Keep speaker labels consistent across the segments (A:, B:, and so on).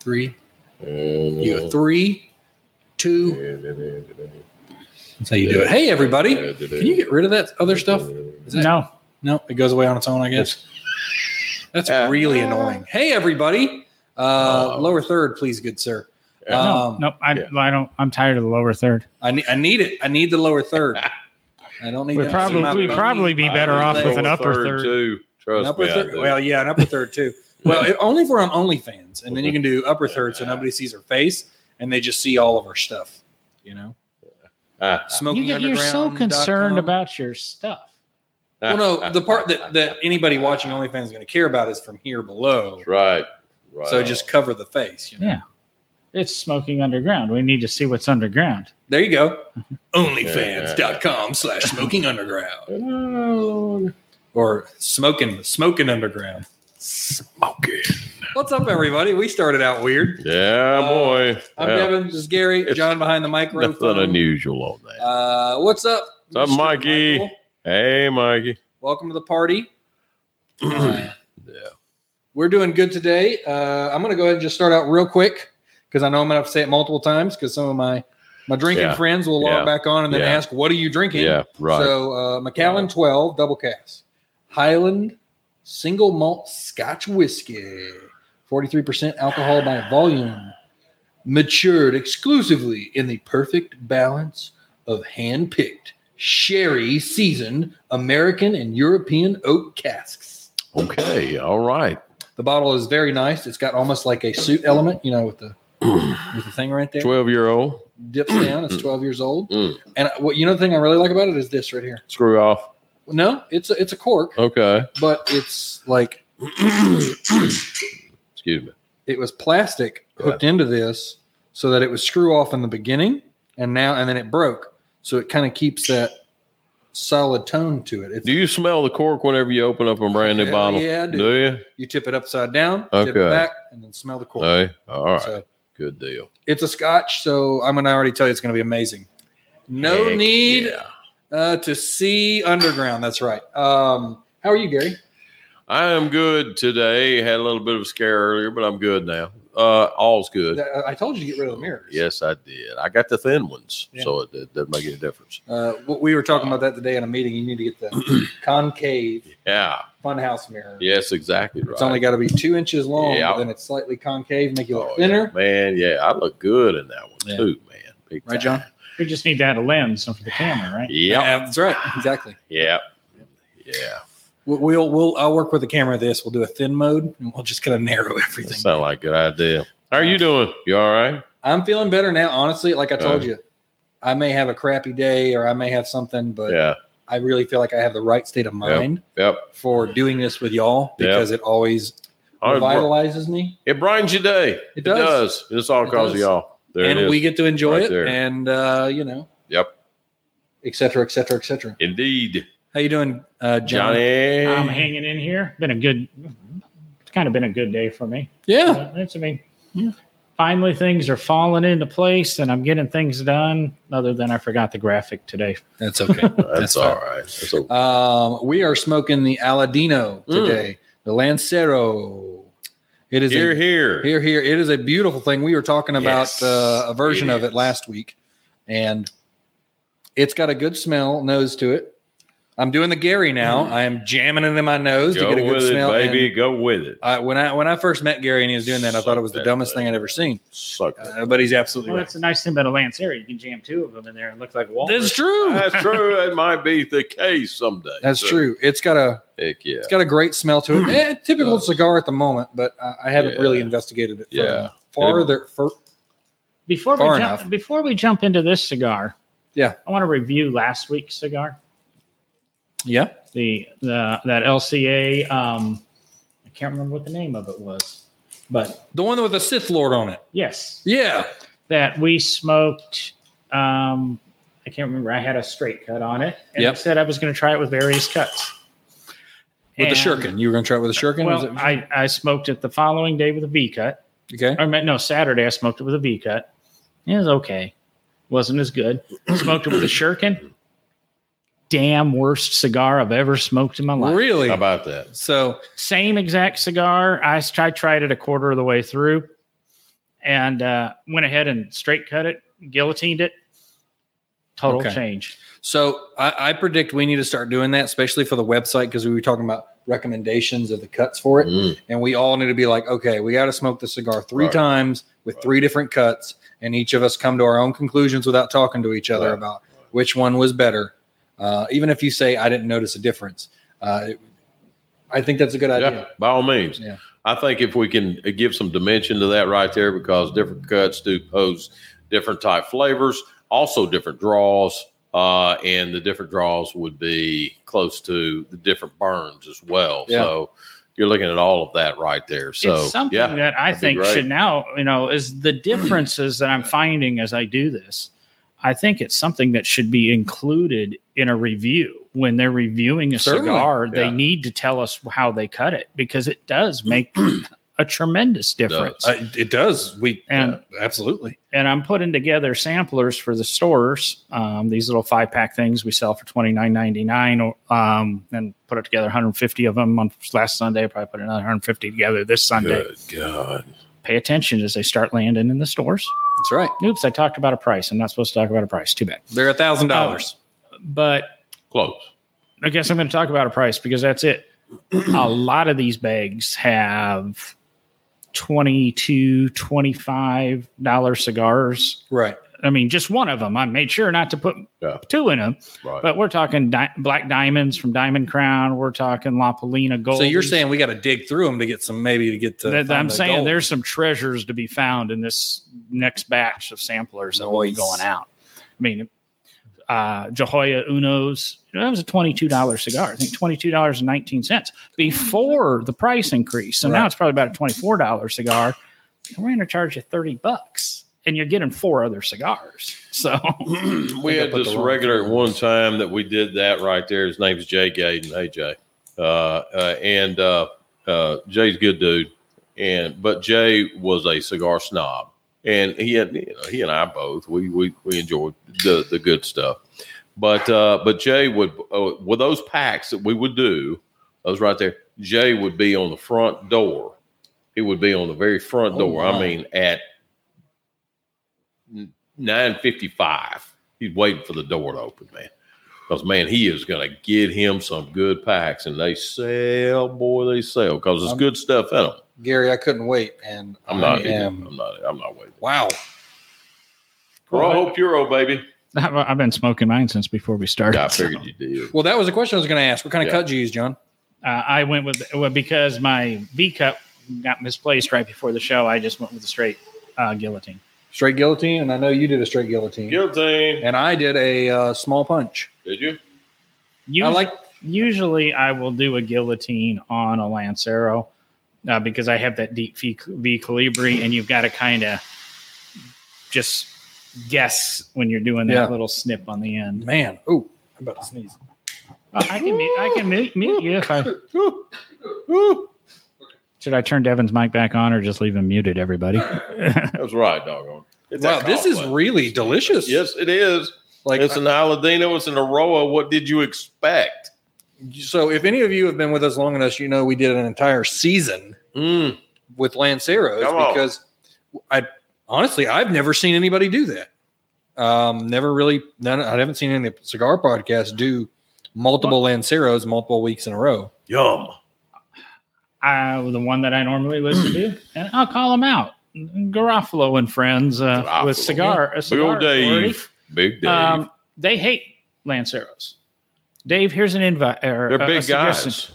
A: Three.
B: And
A: You go three, two. That's how you do it. Hey, everybody. Can you get rid of that other stuff? Is that-
C: No.
A: No, it goes away on its own, I guess. That's really annoying. Hey, everybody. Uh,
B: Oh.
A: lower third, please, good sir.
B: Yeah.
A: Um,
C: no, no, I,
B: yeah.
C: I don't. I'm tired of the lower third.
A: I need, I need it. I need the lower third. I don't need.
C: We'd
A: that.
C: probably
A: My
C: we'd
A: bony-
C: probably be better
A: I
C: off
A: would
C: with
A: say
C: an upper third.
B: too.
A: an
B: Trust
A: upper
B: me. I
A: third.
B: do.
A: Well, yeah, an upper third too. Well, it, only if we're on OnlyFans, and then you can do upper third, so nobody sees her face, and they just see all of her stuff. You know,
B: Ah,
A: smoking.
C: You get, you're so concerned about your stuff.
B: ah,
A: Well,
B: ah,
A: no, the part
B: ah,
A: that, that anybody watching OnlyFans is going to care about is from here below.
B: ah, right, right.
A: So just cover the face. You know?
C: Yeah. It's smoking underground. We need to see what's underground.
A: There you go. OnlyFans.com slash smoking underground or smoking, smoking underground.
B: smoking.
A: What's up, everybody? We started out weird.
B: Yeah,
A: Uh,
B: boy.
A: I'm
B: Yeah,
A: Kevin. This is Gary.
B: It's
A: John behind the
B: nothing
A: microphone.
B: unusual on that.
A: Uh, what's up?
B: What's
A: Mr.
B: up, Mikey?
A: Michael?
B: hey, Mikey.
A: Welcome to the party. Uh,
B: Yeah.
A: we're doing good today. Uh, I'm going to go ahead and just start out real quick because I know I'm going to have to say it multiple times because some of my my drinking
B: Yeah.
A: friends will log
B: Yeah.
A: back on and then
B: Yeah.
A: ask, "What are you drinking?"
B: Yeah, right.
A: So uh, Macallan 12 double cast, Highland single malt Scotch whiskey, 43% alcohol by volume, matured exclusively in the perfect balance of hand-picked sherry seasoned American and European oak casks.
B: okay. All right.
A: The bottle is very nice. It's got almost like a suit element, you know, with the with the thing right there.
B: 12 year old.
A: Dips down. It's 12 years old.
B: Mm.
A: And I- what you know the thing I really like about it is this right here.
B: Screw off.
A: No, it's a, it's a cork.
B: Okay.
A: but it's like
B: Excuse me.
A: it was plastic hooked into this so that it was screw off in the beginning and now and then it broke so it kind of keeps that solid tone to it It's-
B: Do you smell the cork whenever you open up a brand new
A: Hell
B: bottle?
A: yeah, I do.
B: you?
A: you tip it upside down tip
B: Okay.
A: it back and then smell the cork
B: Hey, all right.
A: so
B: Good deal.
A: it's a scotch so i'm gonna already tell you it's gonna be amazing no
B: Heck
A: need
B: yeah.
A: uh, to see underground that's right um how are you gary
B: I am good today. Had a little bit of a scare earlier, but I'm good now. Uh, all's good.
A: I- i told you to get rid of the mirrors
B: Yes, I did. I got the thin ones,
A: Yeah.
B: so it, it doesn't make any difference.
A: uh, we- we were talking about that today in a meeting you need to get the concave
B: Yeah.
A: funhouse mirror
B: Yes, exactly right.
A: It's only got to be two inches long,
B: Yeah.
A: but then it's slightly concave, make you look
B: Oh, yeah.
A: thinner.
B: Man, yeah, I look good in that one
A: Yeah.
B: too, man. Big
A: Right,
B: time.
A: John?
C: We just need to add a lens for the camera, right?
B: Yep.
A: that's right. Exactly.
B: Yep. Yeah.
A: We'll, we'll, we'll, I'll work with the camera. This we'll do a thin mode, and we'll just kind of narrow
B: That
A: everything.
B: sounds like a good idea. How are you doing? You all right?
A: I'm feeling better now, honestly. Like I told
B: Uh.
A: you, I may have a crappy day, or I may have something, but
B: Yeah.
A: I really feel like I have the right state of mind
B: Yep.
A: for doing this with y'all
B: Yeah.
A: because it always
B: All right,
A: revitalizes me,
B: It brightens your day. It,
A: does.
B: does. It's all
A: It
B: because
A: does.
B: of y'all. There
A: and
B: it is.
A: we get to enjoy
B: Right
A: it,
B: there.
A: and uh, you know,
B: Yep.
A: et cetera, et cetera, et cetera.
B: Indeed.
A: How you doing, uh, John?
B: Johnny.
C: I'm hanging in here. Been a good, it's kind of been a good day for me.
A: Yeah,
C: Uh, That's, I mean, finally things are falling into place and I'm getting things done, other than I forgot the graphic today.
A: that's okay. That's
B: That's
A: fine.
B: all right. That's a,
A: Um, we are smoking the Aladino
B: Mm.
A: today, the Lancero. It is
B: here,
A: a,
B: here.
A: here, here. It is a beautiful thing. We were talking about
B: Yes,
A: uh, a version
B: it
A: of it
B: is.
A: last week, and it's got a good smell, nose to it. I'm doing the Gary now. I am jamming it in my nose
B: Mm-hmm.
A: to
B: Go
A: get a good
B: with it,
A: smell. and
B: baby. Go with it.
A: I, when I when I first met Gary and he was doing that, I thought it was the
B: Suck that
A: dumbest thing
B: thing.
A: I'd ever seen.
B: Suck that.
A: Uh, but he's absolutely
C: Well,
A: right.
C: that's the nice thing about a Lancero. You can jam two of them in there and look like a walrus.
A: That's true.
B: That's true. That might be the case someday.
A: That's
B: So,
A: true. It's got a
B: Heck yeah.
A: It's got a great smell to it. Eh, typical
B: does.
A: cigar at the moment, but I, I haven't
B: Mm. Yeah.
A: really investigated it.
B: Yeah.
A: Farther, fur,
C: Before we
A: Far
C: jump,
A: enough.
C: before we jump into this cigar,
A: Yeah.
C: I want to review last week's cigar.
A: yeah.
C: The the that LCA. Um, I can't remember what the name of it was, but
A: The one with the Sith Lord on it.
C: yes,
A: Yeah.
C: that we smoked
D: Um, I can't remember. I had a straight cut on it, and
A: Yep.
D: I said I was going to try it with various cuts.
A: With the
D: And-
A: shirkin, you were going to try it with a shirkin. Is
D: Well,
A: that-
D: I, I smoked it the following day with a V cut.
A: okay.
D: I meant no Saturday. I smoked it with a V cut. It was okay. Wasn't as good. Smoked it with a shirkin. Damn worst cigar I've ever smoked in my life.
A: Really?
B: How about that?
A: So
D: Same exact cigar. I, s- I tried it a quarter of the way through, and uh, went ahead and straight cut it, guillotined it. Total
A: Okay.
D: change.
A: So I, I predict we need to start doing that, especially for the website, because we were talking about recommendations of the cuts for it,
B: Mm.
A: and we all need to be like, okay, we got to smoke the cigar three
B: Right.
A: times with
B: Right.
A: three different cuts, and each of us come to our own conclusions without talking to each other
B: Right.
A: about which one was better. Uh, even if you say I didn't notice a difference, uh, it- I think that's a good
B: Yeah,
A: idea.
B: by all means.
A: Yeah.
B: I think if we can uh, give some dimension to that right there, because different cuts do pose different type flavors, also different draws, uh, and the different draws would be close to the different burns as well.
A: Yeah.
B: So you're looking at all of that right there. So
D: it's something
B: yeah,
D: that I
B: that'd be
D: think
B: great.
D: should now, you know, is the differences that I'm finding as I do this. I think it's something that should be included in a review. When they're reviewing a
A: Certainly,
D: cigar,
B: yeah.
D: they need to tell us how they cut it because it does make a tremendous difference.
A: Uh, it does. We
D: And-
A: yeah, absolutely.
D: and I'm putting together samplers for the stores. Um, these little five pack things we sell for twenty nine ninety nine, um, and put it together 150 of them on last Sunday. I probably put another 150 together this Sunday.
B: Good God.
D: Pay attention as they start landing in the stores.
A: That's right.
D: Oops, I talked about a price. I'm not supposed to talk about a price. Too bad. Um,
A: They're a thousand dollars.
D: But
B: Close.
D: I guess I'm going to talk about a price because that's it. a lot of these bags have 22 25 dollar cigars
A: Right.
D: i mean just one of them i made sure not to put
B: Yeah.
D: two in them
B: Right.
D: but we're talking di- black diamonds from diamond crown we're talking la polina gold
A: So you're saying we got to dig through them to get some, maybe to get to.
D: that,
A: find
D: i'm
A: the
D: saying
A: gold.
D: there's some treasures to be found in this next batch of samplers that will be
A: Nice.
D: going out i mean uh Johoya Uno's that was a twenty-two dollar cigar. I think twenty-two dollars and nineteen cents before the price increase. So now
A: Right.
D: it's probably about a twenty-four dollar cigar. And we're going to charge you thirty bucks, and you're getting four other cigars. So
B: we
A: I
B: had
A: put the
B: this
A: wrong
B: regular at
A: thing.
B: one time that we did that right there. His name's Jay Gaden. Hey Jay, uh, uh, and uh, uh, Jay's a good dude. And but Jay was a cigar snob, and he had you know, he and I both we we we enjoyed the the good stuff. But uh, but Jay would uh, with those packs that we would do those right there. Jay would be on the front door. He would be on the very front
A: Oh,
B: door. I
A: my.
B: mean at nine fifty five. He's waiting for the door to open, man. Because man, he is going to get him some good packs, and they sell, boy, they sell because it's
A: I'm-
B: good stuff in them.
A: Gary, I couldn't wait, and
B: I'm not,
A: I
B: eating.
A: am-
B: I'm not, I'm not waiting.
A: wow,
B: Raw Hope Euro, baby.
D: I've been smoking mine since before we started.
B: Yeah, I
D: so.
B: figured you did.
A: well, that was a question I was going to ask. What kind of
B: Yeah.
A: cut do you use, John?
D: uh, I went with well, because my V cup got misplaced right before the show. I just went with the straight uh, guillotine.
A: Straight guillotine, and I know you did a straight guillotine,
B: Guillotine.
A: and I did a uh, small punch.
B: Did you?
D: You
A: I like
D: usually I will do a guillotine on a lancero uh, because I have that deep V, v calibri, and you've got to kind of just guess when you're doing that
A: Yeah.
D: little snip on the end.
A: man. Oh, I'm about to sneeze.
D: Uh, I can mute, I can mute, mute you if I
A: Ooh, ooh.
D: should. I turn Devin's mic back on or just leave him muted, everybody.
B: That's right, doggone. It's
A: Wow,
B: that
A: this is
B: complex.
A: really delicious.
B: Yes, it is.
A: like
B: it's an Aladino. It's an Aroa. What did you expect?
A: so. If any of you have been with us long enough, you know we did an entire season
B: Mm.
A: with Lanceros
B: Come on.
A: because I honestly I've never seen anybody do that. Um, never really. None. I haven't seen any cigar podcasts do multiple Lanceros multiple weeks in a row.
B: Yum.
D: uh, the one that I normally listen to, and I'll call them out. Garofalo and friends uh,
B: Garofalo,
D: with cigar, a cigar
B: Big
D: authority.
B: Dave. Big Dave.
D: Um, they hate Lanceros. Dave, here's an invite. Or
B: They're
D: a- a
B: big
D: suggestion.
B: guys.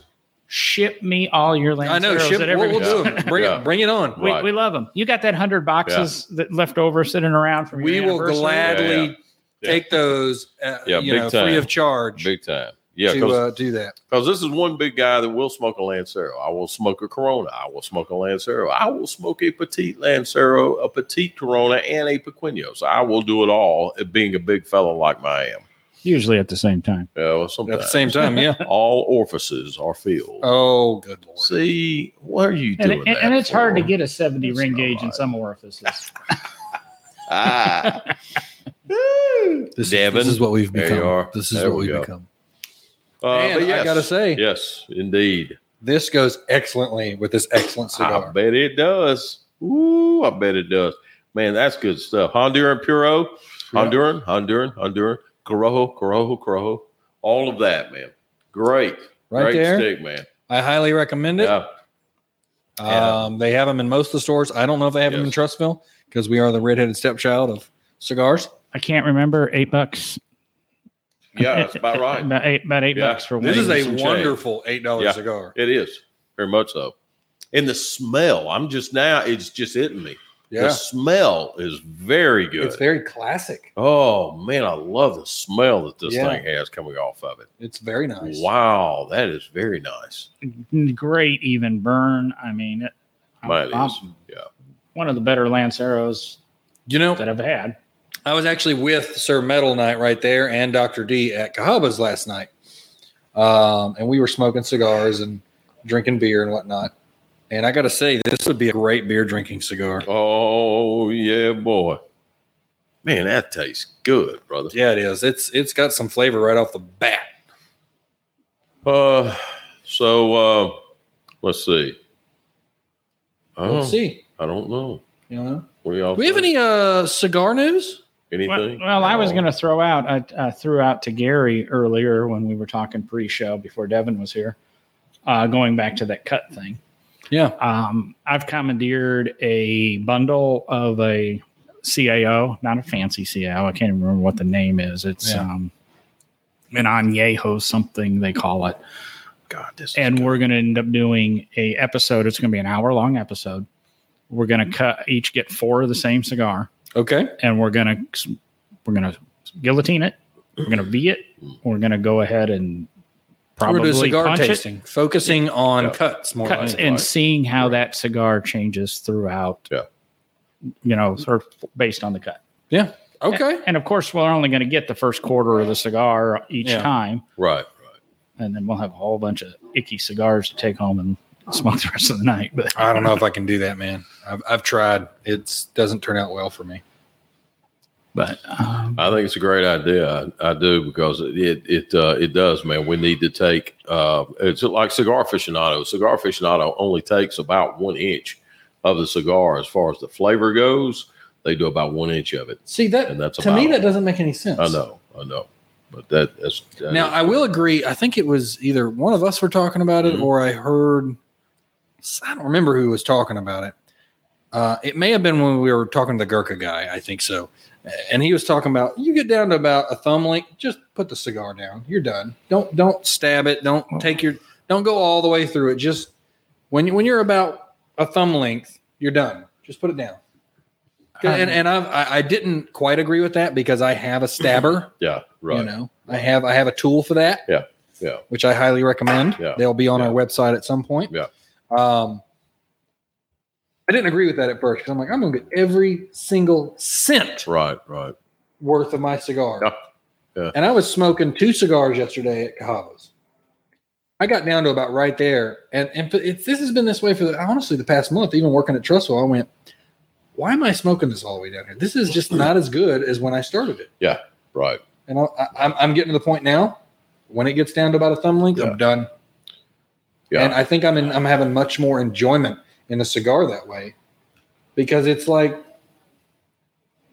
D: Ship me all your
A: I know.
D: Lanceros.
A: Ship,
D: that every-
A: we'll, we'll do it. Bring
B: Yeah.
A: it. Bring it on.
D: we,
B: Right.
D: we love them. You got that hundred boxes that left over sitting around from your
A: We will
D: anniversary.
A: gladly
B: Yeah, yeah.
A: take those. Uh,
B: Yeah,
A: you
B: big
A: know,
B: time.
A: free of charge.
B: Big time.
A: to
B: Yeah, because
A: uh, do that.
B: this is one big guy that will smoke a Lancero. I will smoke a Corona. I will smoke a Lancero. I will smoke a petite Lancero, a petite Corona, and a Pequeños. I will do it all. uh, Being a big fella like I am,
D: Usually at the same time.
B: uh, well,
A: At the
B: sometimes
A: same time, yeah.
B: all orifices are filled.
A: Oh, good lord.
B: See, what are you
D: And,
B: doing?
D: and-
B: that
D: and it's hard to
B: for?
D: get a 70
B: That's
D: ring
B: not
D: gauge in
B: right.
D: some orifices.
B: Ah.
A: This,
B: Devin,
A: this is what we've
B: there you
A: become.
B: are.
A: This is
B: There
A: what
B: we
A: we've
B: go.
A: become.
B: Uh,
A: and
B: but yes,
A: I gotta say,
B: yes, indeed.
A: this goes excellently with this excellent
B: I
A: cigar.
B: bet it does. Ooh, I bet it does. Man, that's good stuff. Honduran Puro, Honduran, Honduran, Honduran, Corojo, Corojo, Corojo. All of that, man. Great.
A: Right
B: Great
A: there.
B: stick, man.
A: I highly recommend it.
B: Yeah. Yeah.
A: Um, they have them in most of the stores. I don't know if they have them in
B: Yes.
A: Trustville because we are the redheaded stepchild of cigars.
D: I can't remember. Eight bucks.
B: Yeah, that's about right.
D: About eight, about eight
B: Yeah.
D: bucks for one.
A: This
B: Maybe
A: is a
B: some change.
A: wonderful eight dollar
B: Yeah.
A: cigar.
B: It is. Very much so. And the smell, I'm just now, it's just hitting me. The
A: Yeah,
B: smell is very good.
A: it's very classic.
B: Oh man, I love the smell that this
A: Yeah.
B: thing has coming off of it.
A: It's very nice.
B: Wow, that is very nice.
D: Great even burn. I mean, it, I'm-
B: Mine
D: I'm
B: is. Yeah.
D: one of the better Lanceros
A: You know,
D: that I've had.
A: I was actually with Sir Metal Knight right there and Dr. D at Cahaba's last night. Um, and we were smoking cigars and drinking beer and whatnot. And I got to say, this would be a great beer drinking cigar.
B: Oh yeah, boy. Man, that tastes good, brother.
A: Yeah, it is. It's it's got some flavor right off the bat.
B: Uh, so uh, let's see. I don't,
A: Let's see.
B: I don't know.
A: You know,
B: What do y'all?
A: do we have
B: think?
A: any uh cigar news?
B: anything?
D: Well, well, I was
B: No.
D: going to throw out, I uh, threw out to Gary earlier when we were talking pre show before Devin was here, uh, going back to that cut thing.
A: Yeah.
D: Um, I've commandeered a bundle of a CAO, not a fancy CAO. I can't even remember what the name is. It's
A: Yeah.
D: um, an añejo something they call it.
B: God, this.
D: and we're going to end up doing a episode. It's going to be an hour long episode. We're
A: Mm-hmm.
D: going to cut each get four of the same cigar,
A: Okay.
D: and we're going to we're going to guillotine it. We're going to V it. We're going to go ahead and
A: We're
D: probably
A: doing cigar
D: punch it,
A: tasting, focusing on
B: Yeah.
A: cuts more.
D: cuts,
A: than anything.
D: and seeing how
B: Right.
D: that cigar changes throughout.
B: Yeah.
D: You know, sort of based on the cut.
A: Okay.
D: And of course, we're only going to get the first quarter of the cigar each
A: Yeah.
D: time,
B: right.
D: and then we'll have a whole bunch of icky cigars to take home and smoke the rest of the night. But
A: I don't know if I can do that, man. I've I've tried. It doesn't turn out well for me.
D: but um,
B: I think it's a great idea. I, I do because it it it, uh, it does, man. We need to take. Uh, it's like cigar aficionado. Cigar aficionado only takes about one inch of the cigar as far as the flavor goes. They do about one inch of it,
A: See that
B: and that's
A: to
B: about
A: me
B: it.
A: that doesn't make any sense.
B: I know, I know, but that that's that
A: Now
B: is-
A: I will agree. I think it was either one of us were talking about it,
B: Mhm.
A: or I heard. I don't remember who was talking about it. Uh, it may have been when we were talking to the Gurkha guy. I think so, and he was talking about you get down to about a thumb length. Just put the cigar down. You're done. Don't don't stab it. Don't take your. Don't go all the way through it. Just when you, when you're about a thumb length, you're done. Just put it down. And and I've, I I didn't quite agree with that because I have a stabber.
B: yeah, right.
A: You know, I have I have a tool for that.
B: Yeah, yeah.
A: Which I highly recommend.
B: Yeah,
A: They'll be on
B: yeah.
A: our website at some point.
B: Yeah.
A: Um, I didn't agree with that at first because I'm like, I'm gonna get every single cent
B: Right, right.
A: worth of my cigar.
B: Yeah, yeah.
A: And I was smoking two cigars yesterday at Cahavas. I got down to about right there, and and it's, this has been this way for the, honestly the past month. Even working at Trustwell, I went, why am I smoking this all the way down here? This is just not as good as when I started it.
B: Right.
A: And I, I, I'm, I'm getting to the point now. When it gets down to about a thumb length,
B: Yeah.
A: I'm done.
B: Yeah.
A: And I think I'm in, I'm having much more enjoyment in a cigar that way, because it's like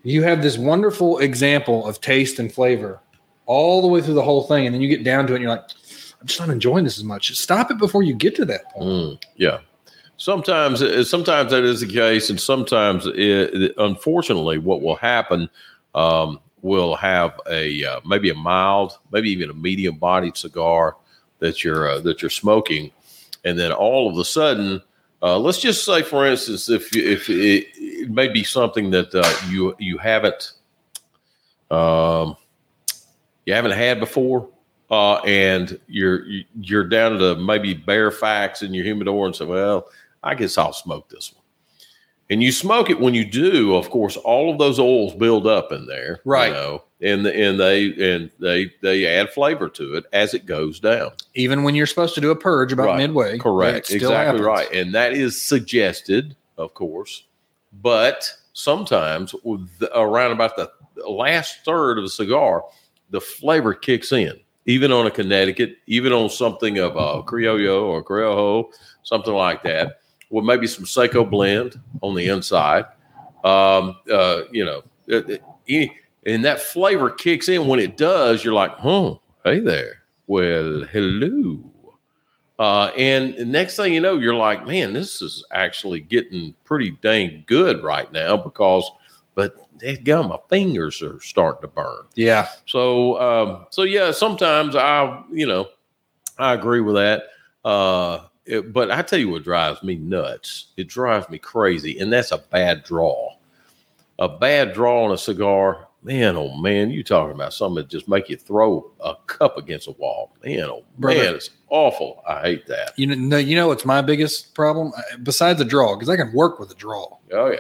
A: you have this wonderful example of taste and flavor all the way through the whole thing, and then you get down to it, and you're like, I'm just not enjoying this as much. Stop it before you get to that point.
B: Mm, yeah. Sometimes, uh, sometimes that is the case, and sometimes, it, unfortunately, what will happen um, will have a uh, maybe a mild, maybe even a medium-bodied cigar that you're uh, that you're smoking, and then all of a sudden, uh, let's just say, for instance, if you- if it, it may be something that uh, you you haven't um, you haven't had before, uh, and you're you- you're down to maybe bare facts in your humidor, and say, "Well, I guess I'll smoke this one." And you smoke it when you do, of course. All of those oils build up in there, you
A: Right.
B: know, and and they and they they add flavor to it as it goes down.
A: Even when you're supposed to do a purge about
B: Mm. Right.
A: midway.
B: Correct.
A: it still
B: Exactly
A: happens.
B: right. And that is suggested, of course, but sometimes with the- around about the last third of a cigar, the flavor kicks in. Even on a Connecticut, even on something of a Criollo or Corojo, something like that, with maybe some Seiko blend on the inside. Um, uh, you know, it- it- any- and that flavor kicks in. When it does, you're like, huh, hey there. Well, hello. Uh, and next thing you know, you're like, man, this is actually getting pretty dang good right now because, but gum, my fingers are starting to burn.
A: Yeah.
B: So, um, so yeah, sometimes I, you know, I agree with that. Uh, it- but I tell you what drives me nuts. It drives me crazy, and that's a bad draw. A bad draw on a cigar, man. Oh man, you talking about something that just make you throw a cup against a wall, man. Oh
A: Brother.
B: man, it's awful. I hate that.
A: You know, you know, it's my biggest problem Uh, besides a draw because I can work with a draw.
B: Oh yeah.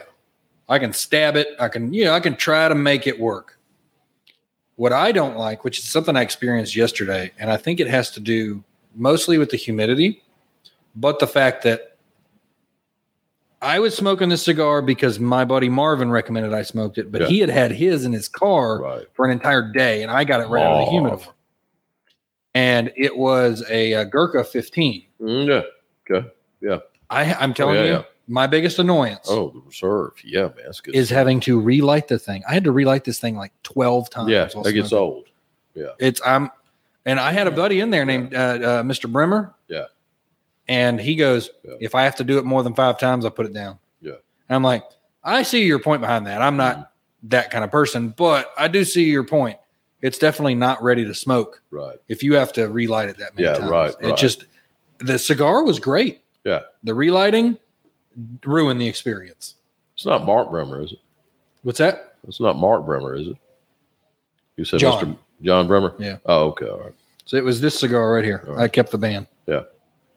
A: I can stab it. I can, you know, I can try to make it work. What I don't like, which is something I experienced yesterday, and I think it has to do mostly with the humidity, but the fact that I was smoking this cigar because my buddy Marvin recommended I smoked it, but
B: Yeah.
A: he had had his in his car
B: Right.
A: for an entire day, and I got it right out of the
B: Marv.
A: humidor. And it was a, uh Gurkha 15.
B: Mm, yeah.
A: I, I'm telling
B: Oh, yeah,
A: you,
B: yeah.
A: my biggest annoyance
B: Oh, the reserve. Yeah, man. That's good.
A: is having to relight the thing. I had to relight this thing like 12 times.
B: yeah,
A: while
B: that gets
A: smoking.
B: old.
A: It's I'm, and I had a buddy in there named uh, uh, Mr. Bremer.
B: Yeah.
A: And he goes,
B: Yeah.
A: if I have to do it more than five times, I put it down.
B: Yeah.
A: And I'm like, I see your point behind that. I'm not
B: Mm-hmm.
A: that kind of person, but I do see your point. It's definitely not ready to smoke
B: Right.
A: if you have to relight it that many
B: Yeah,
A: times.
B: right,
A: It
B: right.
A: just the cigar was great.
B: Yeah.
A: The relighting ruined the experience.
B: It's not Mark Bremer, is it?
A: What's that?
B: It's not Mark Bremer, is it? You said
A: John.
B: Mr. John Bremer?
A: Yeah.
B: Oh, okay. All right.
A: So it was this cigar right here.
B: All
A: I
B: right.
A: kept the band.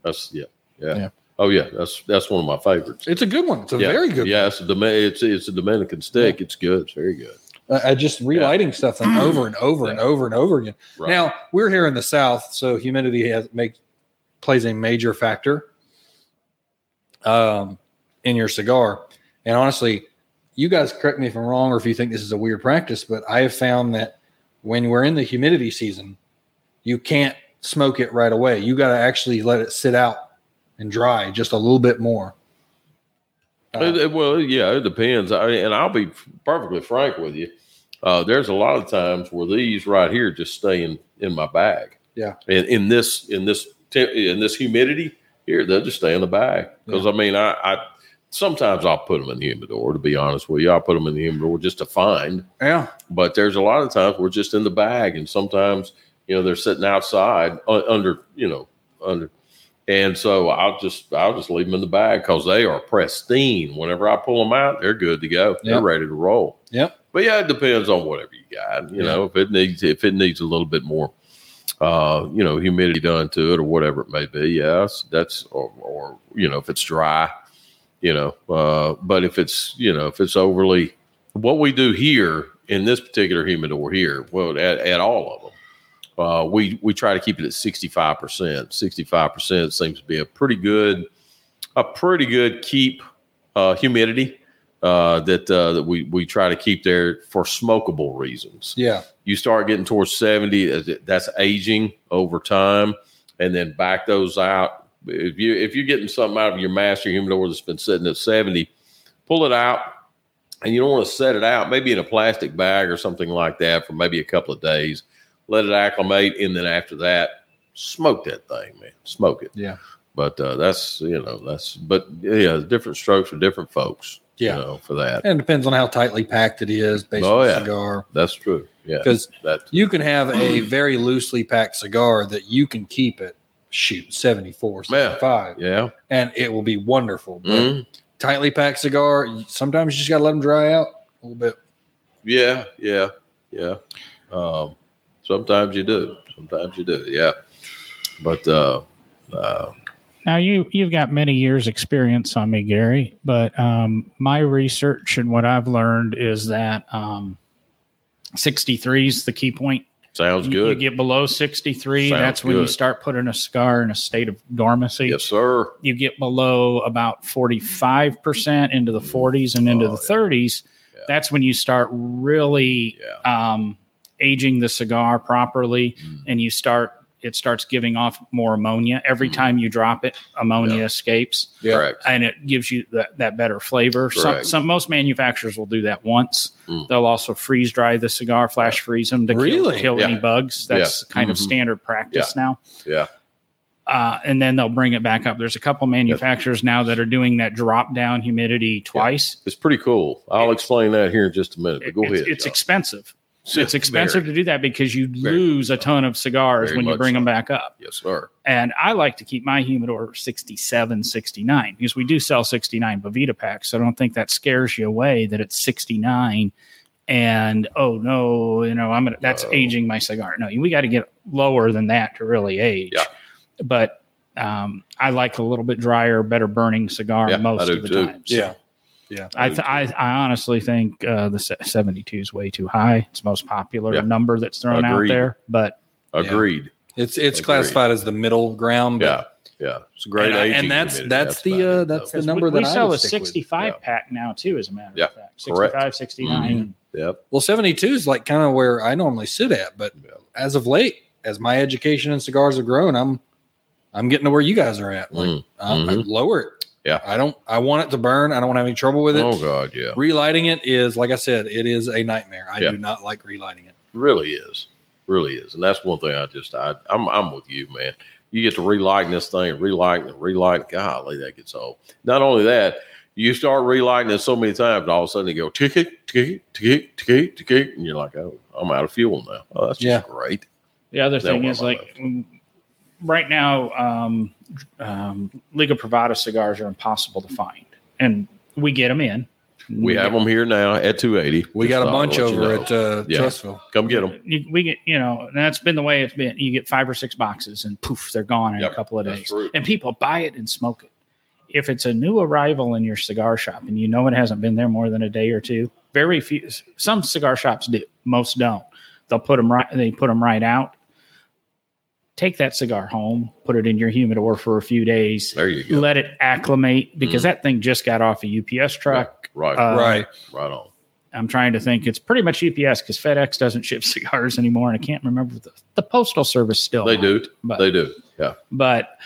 B: That's yeah, yeah.
A: Yeah.
B: Oh yeah, that's that's one of my favorites.
A: It's a good one. It's a
B: yeah.
A: very good
B: Yeah, it's a Doma- it's it's a Dominican stick. It's good. It's very good.
A: I I just relighting stuff and over and over and over and over again.
B: Right.
A: Now we're here in the South, so humidity has make plays a major factor um, in your cigar. And honestly, you guys correct me if I'm wrong or if you think this is a weird practice, but I have found that when we're in the humidity season, you can't smoke it right away. You got to actually let it sit out and dry just a little bit more. Uh,
B: It- it- well, yeah, it depends. I, and I'll be perfectly frank with you. Uh, there's a lot of times where these right here just stay in, in my bag.
A: Yeah.
B: And in this in this temp, in this humidity here, they'll just stay in the bag because I mean I, I sometimes I'll put them in the humidor. To be honest with you, I'll put them in the humidor just to find.
A: yeah,
B: But there's a lot of times we're just in the bag, and sometimes you know they're sitting outside uh, under you know under, and so I'll just I'll just leave them in the bag because they are pristine. Whenever I pull them out, they're good to go. They're
A: Yep.
B: ready to roll.
A: Yep.
B: But yeah, it depends on whatever you got. You know, if it needs if it needs a little bit more, uh, you know, humidity done to it or whatever it may be. Yes, that's or, or you know if it's dry, you know. Uh, but if it's you know if it's overly what we do here in this particular humidor here, well, at, at all of them, uh, we we try to keep it at sixty five percent. Sixty five percent seems to be a pretty good, a pretty good keep uh, humidity uh, that uh, that we we try to keep there for smokable reasons
A: yeah,
B: you start getting towards 70 as it- that's aging over time and then back those out if you if you're getting something out of your master humidor that's been sitting at 70 pull it out and you don't want to set it out maybe in a plastic bag or something like that for maybe a couple of days let it acclimate and then after that smoke that thing man smoke it
A: Yeah.
B: but uh, that's you know that's but yeah different strokes for different folks
A: Yeah.
B: you know for that
A: and it depends on how tightly packed it is based
B: Oh,
A: on the
B: yeah.
A: cigar.
B: that's true yeah
A: Because
B: that
A: You can have a very loosely packed cigar that you can keep at shoot 74,
B: Yeah.
A: 75,
B: yeah
A: and it will be wonderful. But
B: Mhm.
A: tightly packed cigar, you- sometimes you just got to let them dry out a little bit.
B: Yeah, yeah, yeah. Um, Sometimes you do. Sometimes you do. Yeah. But uh, uh,
D: Now you you've got many years experience on me, Gary, but um, my research and what I've learned is that um, 63 is the key point.
B: sounds
D: You- You
B: good.
D: get below 63,
B: Sounds
D: that's when you
B: good.
D: start putting a cigar in a state of dormancy.
B: yes, sir.
D: You get below about 45% into the 40s and into
B: Oh,
D: the
B: yeah.
D: 30s,
B: Yeah.
D: that's when you start really
B: Yeah.
D: um, aging the cigar properly
B: Mm.
D: and you start it starts giving off more ammonia every
B: Mm.
D: time you drop it ammonia
B: Yeah.
D: escapes
A: Yeah.
B: Correct.
D: and it gives you that, that better flavor some,
B: Correct.
D: some most manufacturers will do that once
B: Mm.
D: they'll also freeze dry the cigar flash freeze them to kill-
A: Really?
D: kill,
B: Yeah.
D: any bugs that's kind of
B: Mhm.
D: standard practice now
B: Yeah.
D: uh, and then they'll bring it back up there's a couple manufacturers now that are doing that drop down humidity twice
B: It's pretty cool. I'll explain that here in just a minute. But go
D: it's,
B: ahead.
D: it's
B: John.
D: expensive it's expensive
B: Very.
D: to do that because you
B: Very
D: lose a ton of cigars
B: Very
D: when you
B: much
D: bring them
B: so.
D: back up.
B: Yes, sir.
D: And I like to keep my humidor 67, 69 because we do sell 69 Bovita packs. So I don't think that scares you away that it's 69 and oh no, you know, I'm gonna that's
B: No.
D: aging my cigar. No, we got to get lower than that to really age.
B: Yeah.
D: But um, I like a little bit drier, better burning cigar
B: Yeah, I
D: most
B: do
D: of the
B: too.
D: time. So
A: Yeah.
D: I, th- I I honestly think uh, the se- 72 is way too high. It's the most popular
B: Yeah.
D: number that's thrown out
B: Agreed.
D: there, but
B: Agreed.
A: It's it's
B: Agreed.
A: classified as the middle ground.
B: Yeah.
A: but-
B: Yeah. It's a great
A: And I- and
B: aging.
A: that's-
B: committee.
A: that's the,
B: about
A: uh,
B: it,
A: that's
B: though.
A: the- number
D: we, we
A: that I
D: sell
A: would
D: a
A: stick with.
D: 65
B: Yeah.
D: pack now too, as a matter
B: Yeah,
D: of fact, 65,
B: correct. Mm-hmm.
D: 69.
B: Yep.
A: Well, 72 is like kind of where I normally sit at, but
B: Yeah.
A: as of late, as my education in cigars have grown, I'm I'm getting to where you guys are at. Like
B: Mm.
A: Uh, I- I
B: Mhm.
A: lower it.
B: Yeah.
A: I don't I want it to burn. I don't want to have any trouble with it.
B: Oh God. Yeah.
A: Relighting it is like I said, it is a nightmare. I
B: Yeah.
A: do not like relighting it.
B: Really is. Really is. And that's one thing I just I I'm I'm with you, man. You get to relighting this thing, relighting, and relighting. Golly, that gets old. Not only that, you start relighting it so many times, and all of a sudden you go tick tick tick tick tick tick, and you're like, oh, I'm out of fuel now. Oh, that's just great.
D: The other
B: That
D: thing
B: one
D: is
B: I
D: like mm, right now, um, um, Liga Privada cigars are impossible to find, and we get them in.
B: We have them here now at 280.
A: We
B: Just
A: got a
B: thought I'd
A: bunch
B: let you
A: over
B: know.
A: at uh,
B: Yeah.
A: Trustville.
B: Come get them.
D: You, we get, you know, and that's been the way it's been. You get five or six boxes, and poof, they're gone in
B: Yep,
D: a couple of
B: that's
D: days.
B: true.
D: And people buy it and smoke it. If it's a new arrival in your cigar shop, and you know it hasn't been there more than a day or two, very few. Some cigar shops do, most don't. They'll put them right. They put them right out. Take that cigar home, put it in your humidor for a few days,
B: There you go.
D: let it acclimate because
B: Mm-hmm.
D: that thing just got off a UPS truck.
B: Right,
D: Uh,
A: right.
B: right on.
D: I'm trying to think. It's pretty much E UPS because FedEx doesn't ship cigars anymore, and I can't remember the, the postal service still.
B: They do.
A: uh,
D: but-
B: They do. Yeah.
D: but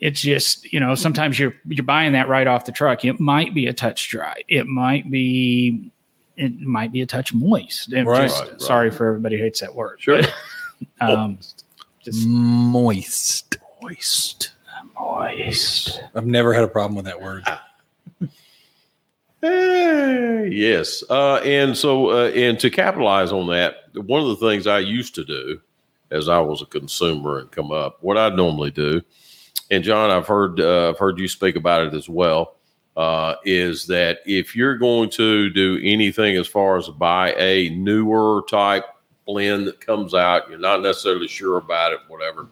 D: it's just you know sometimes you're you're buying that right off the truck. It might be a touch dry. It might be it might be a touch moist. It
A: Right.
D: just-
B: Right, right.
D: Sorry for everybody who hates that word.
B: Sure. Oh.
D: But, um, just
A: Moist.
D: moist, moist.
A: I've never had a problem with that word.
B: Eh, yes. Uh, and so, uh, and to capitalize on that, one of the things I used to do as I was a consumer and come up, what I normally do, and John, I've heard, uh, I've heard you speak about it as well, uh, is that if you're going to do anything as far as buy a newer type blend that comes out, you're not necessarily sure about it, whatever,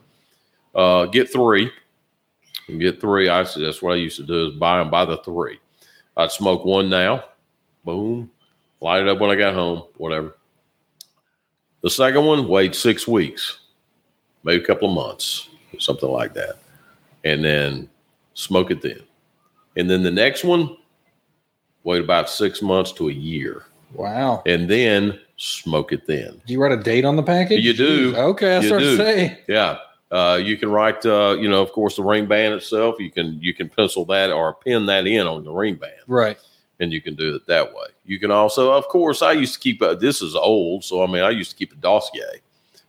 B: uh, get three. Get three. I that's what I used to do is buy them by the three. I'd smoke one now, boom, light it up when I got home, whatever. The second one, wait six weeks, maybe a couple of months, something like that, and then smoke it then. And then the next one, wait about six months to a year,
A: Wow.
B: and then smoke it then.
A: Do you write a date on the package?
B: You do.
A: Jeez. Okay, I
B: You
A: start to
B: do.
A: say.
B: Yeah. Uh, you can write, uh, you know, of course, the ring band itself. You can you can pencil that or pin that in on the ring band.
A: Right.
B: and you can do it that way. You can also, of course, I used to keep a, this is old, so I mean, I used to keep a dossier,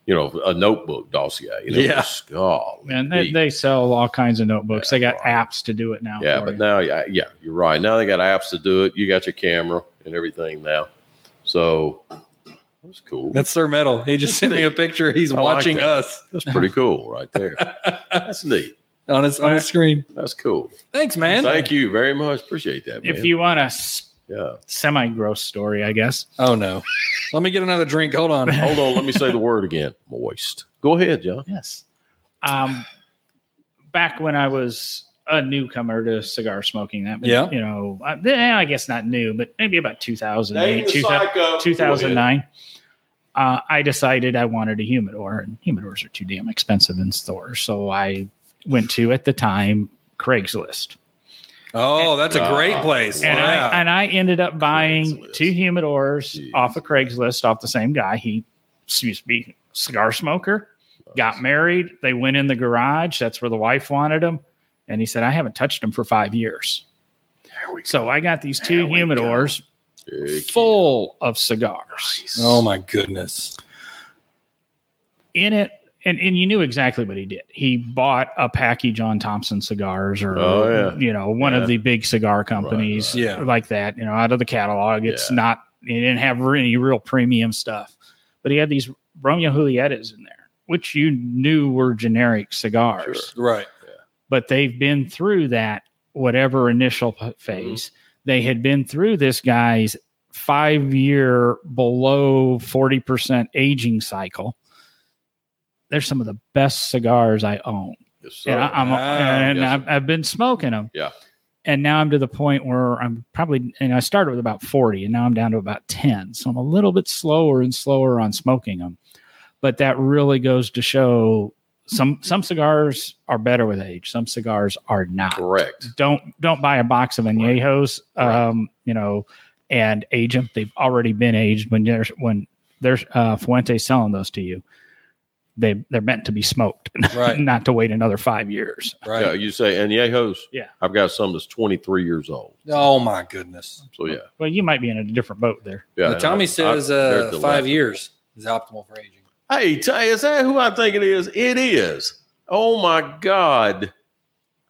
B: you know, a notebook dossier. You know,
A: Yeah.
B: just, golly
D: Man, they,
B: gee.
D: they sell all kinds of notebooks.
B: Yeah,
D: they got
B: right.
D: apps to do it now.
B: yeah,
D: for
B: but
D: you.
B: now, yeah, yeah, you're right. Now they got apps to do it. You got your camera and everything now, so that's cool.
A: That's Sir Metal. He just sent me a picture. He's
B: I like
A: watching
B: that.
A: us
B: That's pretty cool, right there. that's neat.
A: on his on his screen.
B: That's cool.
A: Thanks, man.
B: Thank you very much. Appreciate that.
D: if
B: man.
D: you want a
B: yeah,
D: semi gross story, I guess
A: Oh no. Let me get another drink. Hold on.
B: Hold on, let me say the word again. Moist. Go ahead, John.
D: Yes. Um, back when I was a newcomer to cigar smoking, that
A: Yeah.
D: you know, I, eh, I guess not new, but maybe about 2008, 2000,
B: psycho.
D: 2009. Uh, I decided I wanted a humidor, and humidors are too damn expensive in stores. So I went to at the time Craigslist,
A: Oh, that's a great
B: Wow.
A: place.
D: and
A: yeah.
D: I and I ended up buying
B: Craigslist.
D: two humidors
B: Jeez.
D: off of Craigslist off the same guy. He used to be a cigar smoker, got married. They went in the garage. That's where the wife wanted them, and he said, "I haven't touched them for five years." So I got these two humidors full of cigars
A: oh my goodness.
D: in it. And, and you knew exactly what he did. He bought a package on Thompson cigars or,
B: Oh, yeah.
D: you know, one
B: Yeah.
D: of the big cigar companies
A: right. Yeah.
D: like that, you know, out of the catalog. It's
B: Yeah.
D: not, he didn't have any real premium stuff, but he had these Romeo Julietas in there, which you knew were generic cigars,
A: Right.
D: but they've been through that, whatever initial p- phase. They had been through this guy's five year below 40% aging cycle. They're some of the best cigars I own.
B: Yes, sir.
D: And, I, I'm,
A: wow.
D: and
B: Yes,
D: I've, I've been smoking them.
B: ah, Yeah.
D: And now I'm to the point where I'm probably, and I started with about 40, and now I'm down to about 10. So I'm a little bit slower and slower on smoking them. But that really goes to show some some cigars are better with age. Some cigars are not
B: Correct.
D: don't don't buy a box of añejos um you know and age them they've already been aged when there's when there's uh fuente's selling those to you they they're meant to be smoked
A: Right.
D: not to wait another five years
A: Right.
B: Yeah, you say and Yehos.
D: Yeah.
B: I've got some that's 23 years old.
A: Oh my goodness.
B: So yeah,
D: well you might be in a different boat there
B: yeah.
A: Now, Tommy
B: I-
A: says
B: I- they're
A: uh,
B: delightful.
A: five years is optimal for aging.
B: Hey, Tay, is that who I think it is? It is. Oh my God.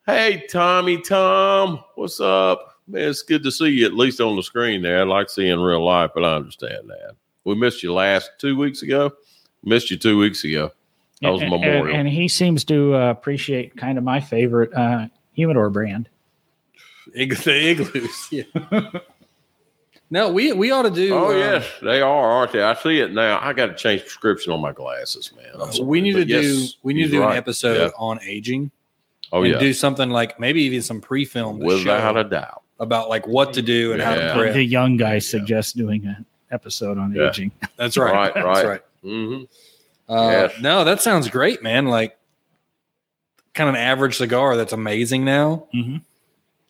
B: Hey, Tommy, Tom, what's up? Man, it's good to see you at least on the screen there. I'd like to see you in real life, but I understand that. We missed you last two weeks ago. Missed you two weeks ago. That was
D: and, and-
B: memorial.
D: and he seems to uh, appreciate kind of my favorite uh humidor brand
A: Ig- the igloos. Yeah. no, we we ought to do.
B: oh
A: um,
B: yes, they are, aren't they? I see it now. I got to change prescription on my glasses, man. I'm sorry,
A: we need to
B: but yes,
A: do we need to
B: he's
A: do
B: right.
A: an episode
B: Yeah.
A: on aging.
B: Oh
A: and
B: yeah,
A: do something like maybe even some pre-film to
B: without
A: show
B: a doubt.
A: about like what to do and how
B: Yeah.
A: to
D: Uh, the,
A: prep.
D: young guy suggests doing an episode on
B: Yeah.
D: aging
A: That's right.
B: Right,
A: That's
B: right.
A: right.
B: hmm
A: Uh,
B: Yes.
A: No, that sounds great, man. Like kind of an average cigar that's amazing now.
D: Mhm.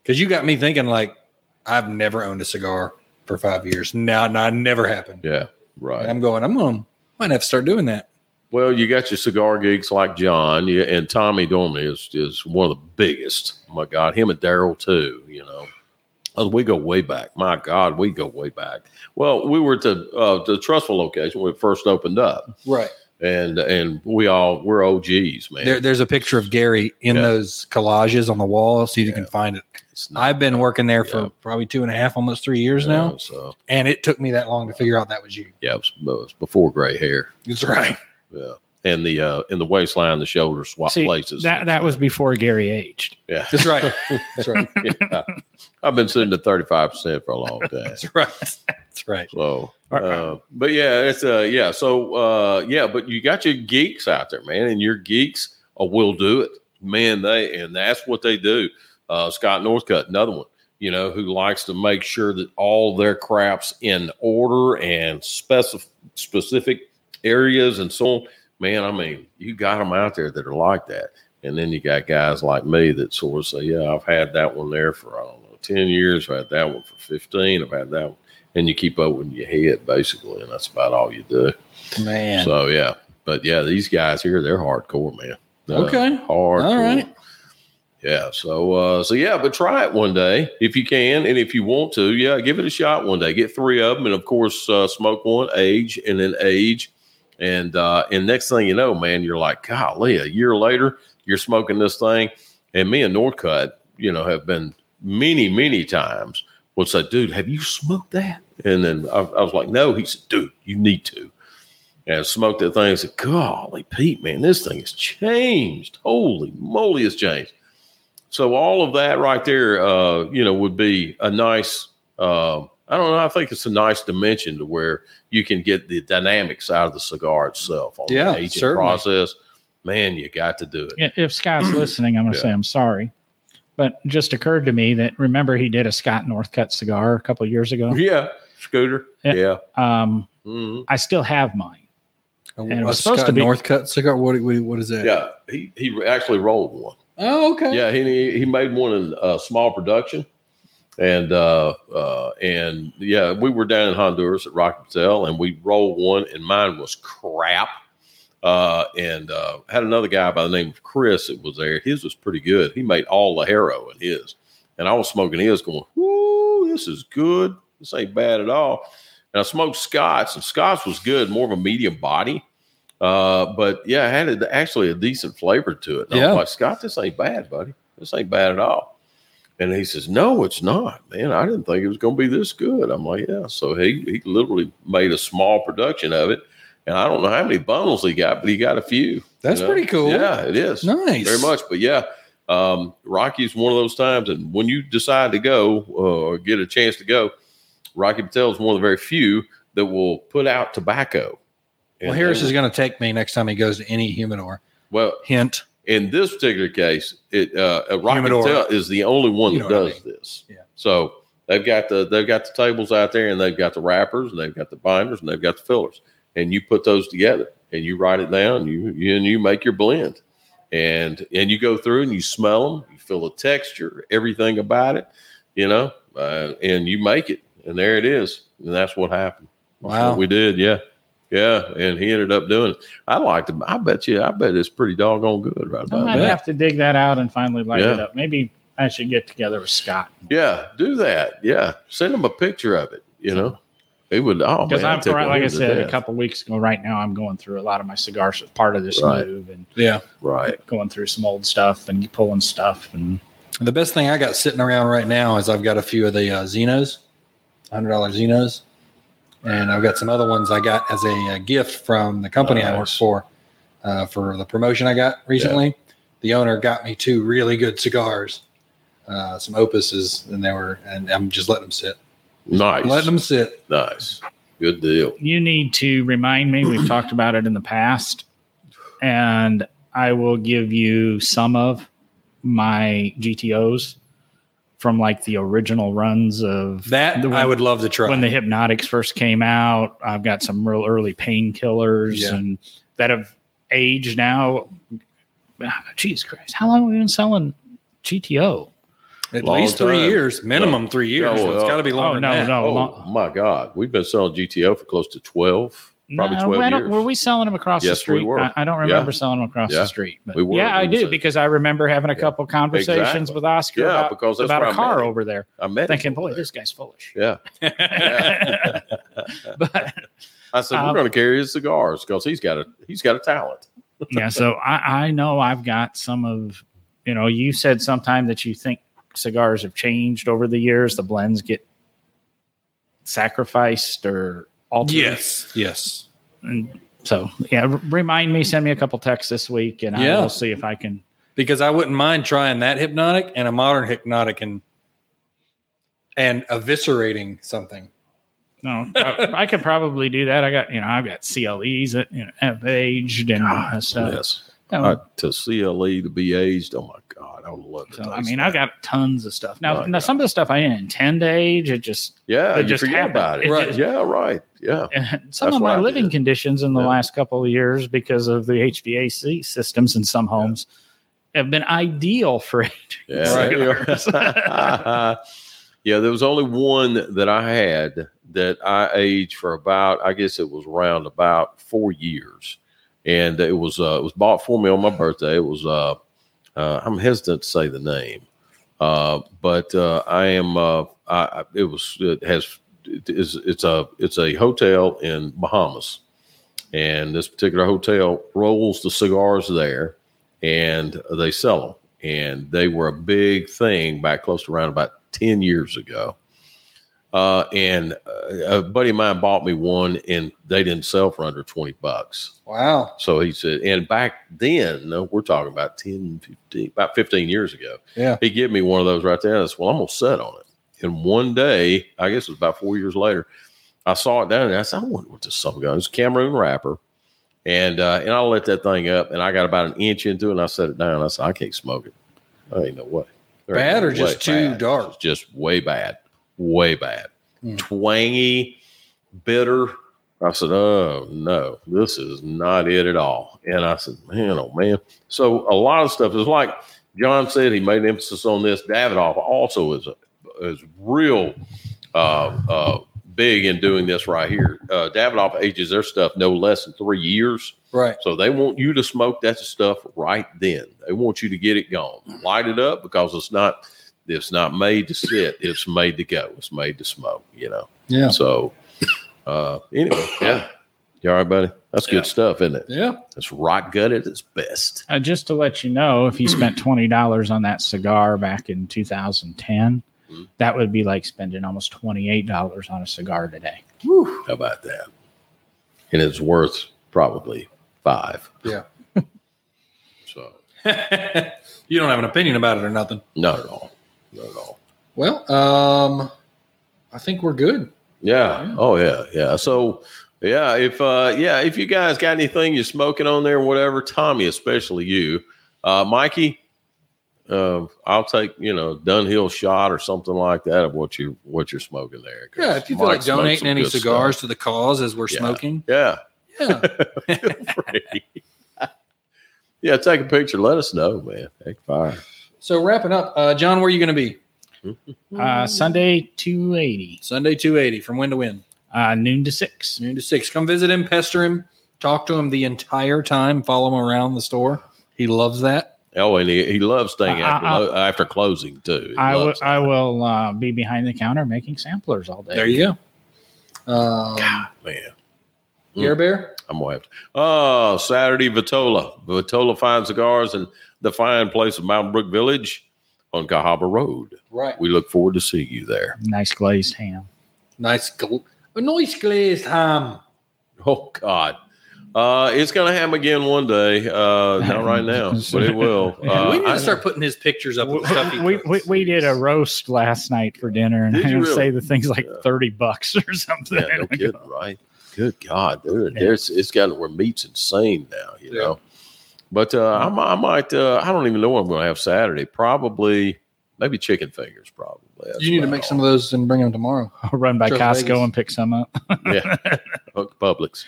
A: Because you got me thinking like I've never owned a cigar for five years. No, no, it never happened.
B: Yeah, right.
A: And I'm going. I'm going. Might have to start doing that.
B: Well, you got your cigar geeks like John you, and Tommy Dorman is is one of the biggest. my God, him and Daryl too. You know, Oh, we go way back. My God, we go way back. Well, we were at the uh, the Trustful location when it first opened up,
A: Right.
B: and and we all we're OGs, man.
A: There, there's a picture of Gary in
B: Yeah.
A: those collages on the wall, so you can find it.
B: It's not-
A: I've been working there
B: Yeah.
A: for probably two and a half, almost three years
B: you know,
A: now,
B: So
A: and it took me that long to figure out that was you.
B: yeah, it was, it was before gray hair.
A: That's right.
B: Yeah, and the uh, and the waistline, the shoulder swap
D: See,
B: places.
D: that that was before gary aged
B: yeah.
A: That's right. That's right.
B: yeah. I've been sitting at thirty five percent for a long time.
A: That's right. That's right.
B: So,
D: Or-
B: uh, but yeah, it's uh, yeah. So, uh, yeah, but you got your geeks out there, man, and your geeks uh, will do it, man. They and that's what they do. Uh, Scott Northcutt, another one, you know, who likes to make sure that all their craps in order and specif- specific areas and so on. Man, I mean, you got them out there that are like that. And then you got guys like me that sort of say, yeah, I've had that one there for, I don't know, 10 years. I've had that one for 15. I've had that one. And you keep up with your head, basically. And that's about all you do.
A: Man.
B: So, yeah. But yeah, these guys here, they're hardcore, man. They're
A: Okay.
B: Hardcore.
A: All right.
B: Yeah. So, uh, so yeah, but try it one day if you can. And if you want to, yeah, give it a shot one day. Get three of them. And of course, uh, smoke one, age, and then age. And, uh, and next thing you know, man, you're like, golly, a year later, you're smoking this thing. And me and Northcutt, you know, have been many, many times would say, dude, have you smoked that? And then I, I was like, no. He said, dude, you need to. And I smoked that thing. I said, golly, Pete, man, this thing has changed. Holy moly, it's changed. So all of that right there, uh, you know, would be a nice. Uh, I don't know. I think it's a nice dimension to where you can get the dynamics out of the cigar itself on
A: Yeah,
B: the aging
A: certainly.
B: process. Man, you got to do it.
D: I- If Scott's listening, I'm going to
B: Yeah.
D: say I'm sorry. But it just occurred to me that remember he did a Scott Northcutt cigar a couple years ago.
B: Yeah, scooter.
D: Yeah.
B: Yeah.
D: Um,
B: Mhm.
D: I still have mine.
A: And
D: it was supposed to be-
A: Northcutt cigar. What, what, what is that?
B: Yeah, he, he actually rolled one.
A: Oh, okay.
B: Yeah, he he made one in uh, small production, and uh, uh, and yeah, we were down in Honduras at Rocky Patel, and we rolled one, and mine was crap. Uh, and uh, had another guy by the name of Chris that was there. His was pretty good. He made all the hero in his, and I was smoking his, going, "Whoo, this is good. This ain't bad at all." And I smoked Scott's, and Scott's was good, more of a medium body. Uh, but yeah, it had a, actually a decent flavor to it. And I
A: Yeah.
B: was like, Scott, this ain't bad, buddy. This ain't bad at all. And he says, No, it's not, man. I didn't think it was going to be this good. I'm like, Yeah. So he, he literally made a small production of it. And I don't know how many bundles he got, but he got a few.
A: That's
B: you know?
A: pretty cool.
B: Yeah, it is
A: Nice.
B: very much. But yeah, um, Rocky's one of those times. And when you decide to go uh, or get a chance to go, Rocky Patel is one of the very few that will put out tobacco.
A: Well,
B: And
A: Harris
B: they-
A: is going to take me next time he goes to any humidor.
B: well
A: Hint.
B: in this particular case. It uh, uh, Rocky
A: Humidor.
B: Patel is the only one
A: You
B: that
A: know what I
B: does this.
A: Yeah.
B: So they've got the they've got the tables out there, and they've got the wrappers, and they've got the binders, and they've got the fillers, and you put those together, and you write it down, you, you and you make your blend, and and you go through and you smell them, you feel the texture, everything about it, you know, uh, and you make it, and there it is, and that's what happened. That's
A: Wow.
B: what we did, yeah. Yeah, and he ended up doing it. I liked him. I bet you. I bet it's pretty doggone good, right?
D: I
B: about
D: might
B: now.
D: have to dig that out and finally light it
B: Yeah.
D: up. Maybe I should get together with Scott
B: Yeah, do that. Yeah, send him a picture of it. You know, he would. Oh
D: because
B: man,
D: I'm
B: I'd take
D: right, like I
B: him to
D: said a
B: death.
D: couple weeks ago. Right now, I'm going through a lot of my cigars as part of this
B: Right.
D: move and
A: Yeah.
B: Right.
D: going through some old stuff and pulling stuff and
A: The best thing I got sitting around right now is I've got a few of the uh, Xenos, hundred dollar Xenos, and I've got some other ones I got as a, uh gift from the company I work
B: Nice.
A: for uh, for the promotion I got recently. The owner got me two really good cigars, uh, some Opuses, and they were, and I'm just letting them sit,
B: Nice.
A: letting them sit.
B: nice. Good deal.
D: you need to remind me. We've talked about it in the past, and I will give you some of my GTOs from like the original runs of
A: That
D: The one-
A: I would love to try.
D: when the hypnotics first came out. I've got some real early painkillers
A: Yeah.
D: and that have aged now. Ah, Jesus Christ, how long have we been selling GTO?
A: At
B: Long
A: least three
B: time.
A: years, minimum three years.
B: No,
A: so it's
B: uh,
A: got to be longer.
D: Oh no,
A: than that.
D: no,
B: Oh
D: long-
B: my God, we've been selling GTO for close to twelve, probably
D: No, I
B: twelve
D: don't-
B: years.
D: Were we selling them across the
B: Yes, we
D: street?
B: were.
D: I, I don't
B: Yeah.
D: remember selling them across
B: Yeah.
D: the street. But
B: We were
D: yeah, I
B: when we
D: do
B: said-
D: because I remember having a
B: Yeah.
D: couple conversations
B: Exactly.
D: with Oscar
B: Yeah,
D: about,
B: because that's
D: about
B: where
D: a
B: I
D: car
B: met him.
D: over there,
B: I met him
D: thinking,
B: over
D: "Boy,
B: there.
D: this guy's foolish."
B: Yeah. Yeah.
D: but
B: I said
D: Um,
B: we're going to carry his cigars because he's got a he's got a talent.
D: yeah, so I, I know I've got some of you know. You said sometime that you think cigars have changed over the years. The blends get sacrificed or altered.
A: Yes, yes.
D: And so yeah, r- remind me. Send me a couple texts this week, and
A: Yeah.
D: I will see if I can
A: because I wouldn't mind trying that hypnotic and a modern hypnotic and and eviscerating something.
D: No, I, I could probably do that. I got you know I've got CLEs that you know have aged and uh, stuff.
B: yes.
D: Um,
B: Uh, to CLE to be aged. Oh my God, I would love to.
D: so, I
B: taste
D: mean,
B: that.
D: I've got tons of stuff now.
B: Oh,
D: now,
B: God.
D: some of the stuff I didn't intend to age. It just
B: yeah,
D: it
B: Uh, you
D: just
B: forget
D: happened.
B: about it.
D: It
A: Right.
D: just-
B: Yeah, right. Yeah,
D: and some
B: That's
D: of
B: what
D: my
B: I
D: living
B: did.
D: conditions in the
B: Yeah.
D: last couple of years because of the HVAC systems in some homes have been ideal for aging.
B: Yeah. Right. yeah, there was only one that I had that I aged for about, I guess it was around about four years. And it was uh, it was bought for me on my birthday. It was uh, uh, I'm hesitant to say the name, uh, but uh, I am uh, I, I- it was it has it is it's a it's a hotel in Bahamas, and this particular hotel rolls the cigars there, and they sell them. And they were a big thing back close to around about 10 years ago. Uh, and uh, a buddy of mine bought me one, and they didn't sell for under 20 bucks.
A: Wow.
B: So he said, and back then, uh, we're talking about 10, 15, about 15 years ago,
A: Yeah.
B: he gave me one of those right there. I said, well, I'm going to set on it. And one day, I guess it was about four years later, I saw it down there. I said, I wonder what this song got. It's a Cameroon wrapper. And uh, and I lit that thing up and I got about an inch into it and I set it down. I said, I can't smoke it. I ain't no way. There ain't
A: Bad
B: no
A: or just
B: way.
A: too
B: Bad.
A: dark?
B: It's just way bad. Way bad.
A: Mm.
B: Twangy, bitter. I said, Oh no, this is not it at all. And I said, Man, oh man. So a lot of stuff is like John said he made an emphasis on this. Davidoff also is is real uh, uh, big in doing this right here. Uh, Davidoff ages their stuff no less than three years,
A: Right.
B: so they want you to smoke that stuff right then. They want you to get it gone, light it up because it's not it's not made to sit. It's made to go. It's made to smoke. You know.
A: Yeah.
B: So uh, anyway, yeah. You all right, buddy? That's
E: Yeah.
B: good stuff, isn't it?
A: Yeah.
B: It's rot gut at its best.
D: Uh, just to let you know, if you spent twenty dollars on that cigar back in 2010,
B: Mhm.
D: that would be like spending almost twenty-eight dollars on a cigar today.
B: How about that? And it's worth probably five.
A: Yeah.
B: so
A: you don't have an opinion about it or nothing.
B: not at all. Not at all.
A: Well, um, I think we're good.
B: Yeah.
A: Yeah.
B: Oh yeah. Yeah. So yeah, if uh yeah, if you guys got anything you're smoking on there, whatever, Tommy, especially you, uh Mikey, uh, I'll take, you know, Dunhill shot or something like that of what you what you're smoking there. 'cause
A: Yeah, if you feel
B: Mike
A: like
B: smokes
A: donating
B: some
A: any
B: good stuff.
A: cigars to the cause as we're
B: Yeah.
A: smoking,
B: Yeah.
A: yeah,
B: Free. yeah, take a picture. Let us know, man. Heck, fire.
A: So wrapping up, uh, John, where are you going to be
B: Mm.
D: Uh, Sunday, two eighty,
A: Sunday? Two eighty from when to when?
D: uh, noon to six.
A: Noon to six. Come visit him, pester him, talk to him the entire time, follow him around the store. He loves that.
B: Oh, and he, he loves staying
D: I-
B: after
D: I-
B: lo- after closing too. He
D: I will.
B: loves it.
D: I will uh, be behind the counter making samplers all day.
A: There you go. Um,
B: man.
A: Care Bear,
B: I'm gonna have to. Oh, Saturday Vitola, Vitola Fine Cigars, and the fine place of Mount Brook Village on Cahaba Road.
A: right?
B: We look forward to seeing you there.
D: Nice glazed ham.
A: Nice, gl- a nice glazed ham.
B: Oh God, uh, it's gonna happen again one day. Uh, not right now, but it will. Uh,
A: we need
B: I-
A: to start putting his pictures up. with stuff he
D: We,
A: cooks.
D: we, we did a roast last night for dinner, and
B: Did
D: I
B: you
D: would
B: really?
D: say the thing's like
B: Yeah.
D: thirty bucks or something.
B: Yeah, no kidding, right? Good God, dude,
D: Yeah.
B: there's it's gotten where meat's insane now, you
A: Yeah.
B: know. But uh, I, mi- I might, uh, I don't even know what I'm going to have Saturday. Probably, maybe chicken fingers. Probably. That's
A: you need to
B: about
A: make some
B: all.
A: of those and bring them tomorrow.
D: I'll run by
A: Sure,
D: Costco
A: Vegas.
D: and pick some up.
B: yeah, Hook Publix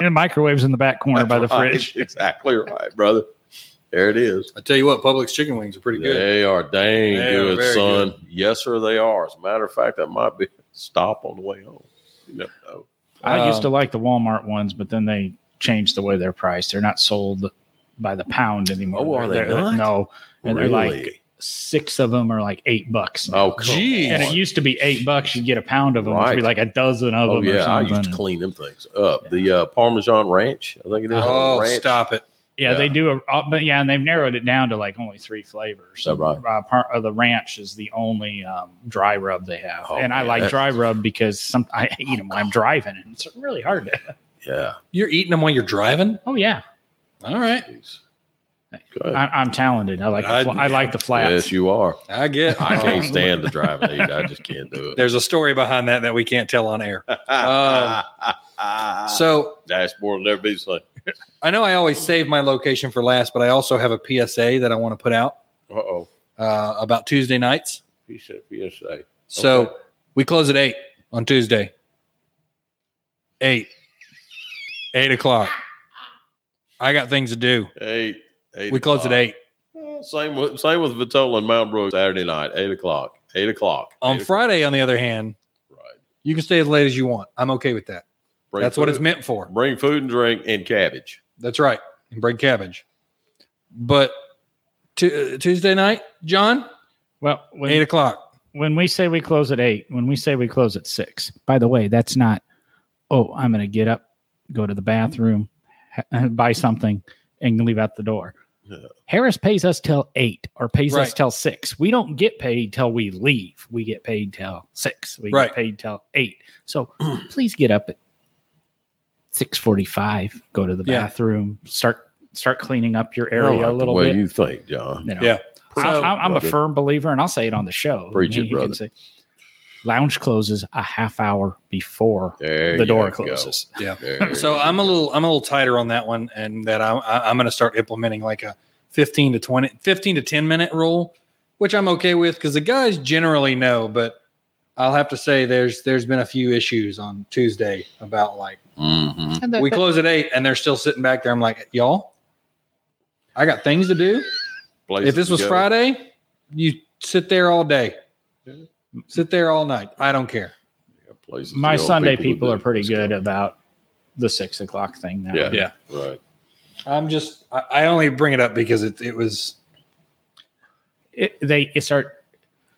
D: and microwaves in the back corner by the
B: Right,
D: fridge.
B: Exactly right, brother. There it is.
A: I tell you what, Publix chicken wings are pretty good.
B: They are dang
A: They are
B: good,
A: very
B: son. Yes, sir, they are. As a matter of fact, that might be a stop on the way home. You never know.
D: I used to
A: Um,
D: like the Walmart ones, but then they changed the way they're priced. They're not sold by the pound anymore.
B: Oh, are they
D: They're- they're-
B: not?
D: No, And they're like-
B: Really?
D: six of them are like eight bucks. now.
B: oh, come
A: Jeez.
D: and
B: on.
D: it used to be eight bucks. You'd get a pound of them. It'd be
B: Right.
D: like a dozen of
B: Oh
D: them. or
B: yeah, I
D: something.
B: used to clean them things up. The uh, Parmesan Ranch, I think it is.
A: Oh,
B: ranch.
A: stop it!
D: yeah,
B: yeah.
D: they do. A, uh, but yeah, and they've narrowed it down to like only three flavors.
B: Oh, right.
D: uh, part of the ranch is the only um, dry rub they have,
B: Oh,
D: and I
B: man,
D: like
B: that-
D: dry rub because some I eat them when I'm driving, and it's really hard to.
B: Yeah.
A: You're eating them while you're driving.
D: Oh yeah,
A: All right,
B: Jeez.
D: Hey,
B: Good.
D: I, I'm talented. I like.
A: I-
D: The fl- I like the flats.
B: yes, you are.
A: I get.
B: I can't stand to drive and eat. I just can't do it.
A: There's a story behind that that we can't tell on air. Um,
B: Ah.
A: So
B: Dashboard will never be the same.
A: I know I always save my location for last, but I also have a PSA that I want to put out
B: Uh oh.
A: uh, about Tuesday nights.
B: He said PSA.
A: So
B: Okay.
A: we close at eight on Tuesday. Eight, eight o'clock. I got things to do.
B: Eight. eight
A: we close
B: o'clock.
A: at eight.
B: Well, Same with same with Vitola and Mount Brook Saturday night, eight o'clock. Eight o'clock.
A: On
B: Eight o'clock.
A: Friday, on the other hand,
B: Right.
A: you can stay as late as you want. I'm okay with that.
B: Bring
A: That's what
B: food-
A: it's meant for.
B: Bring food and drink and cabbage.
A: That's right. And bring cabbage. But Tu uh, Tuesday night, John,
D: Well, when,
A: eight o'clock.
D: when we say we close at eight, when we say we close at six, by the way, that's not, oh, I'm going to get up, go to the bathroom, ha- buy something, and leave out the door.
B: Yeah.
D: Harris pays us till eight or pays us
A: Right.
D: till six. We don't get paid till we leave. We get paid till six. We
A: Right.
D: get paid till eight. So please get up at six forty-five. Go to the
A: Yeah.
D: bathroom. Start start cleaning up your
B: I don't
D: area
B: like
D: a
B: the
D: little
B: way
D: bit.
B: you think, John.
D: you know.
A: Yeah.
D: I,
B: it,
D: I'm, I'm a
B: brother.
D: firm believer, and I'll say it on the show.
B: Preach
D: You-
B: it,
D: you can
B: brother.
D: say, lounge closes a half hour before
B: There
D: the
B: you
D: door
B: go.
D: closes.
B: There
A: So
B: you
A: I'm a
B: go.
A: little I'm a little tighter on that one, and that I'm I- I'm going to start implementing like a 15 to 20, 15 to 10 minute rule, which I'm okay with because the guys generally know. But I'll have to say there's there's been a few issues on Tuesday about like
B: Mhm.
A: we close at eight and they're still sitting back there. I'm like y'all, I got things to do.
B: Places
A: If this
B: to
A: was
B: go.
A: Friday, you sit there all day,
B: Yeah.
A: sit there all night. I don't care.
B: Places to
D: My
B: go,
D: Sunday
B: to
D: people
B: do.
D: are pretty
B: Let's
D: good
B: go.
D: about the six o'clock thing now.
B: Yeah.
A: Yeah.
B: Right.
A: I'm just I, I only bring it up because it it was
D: It, they it's our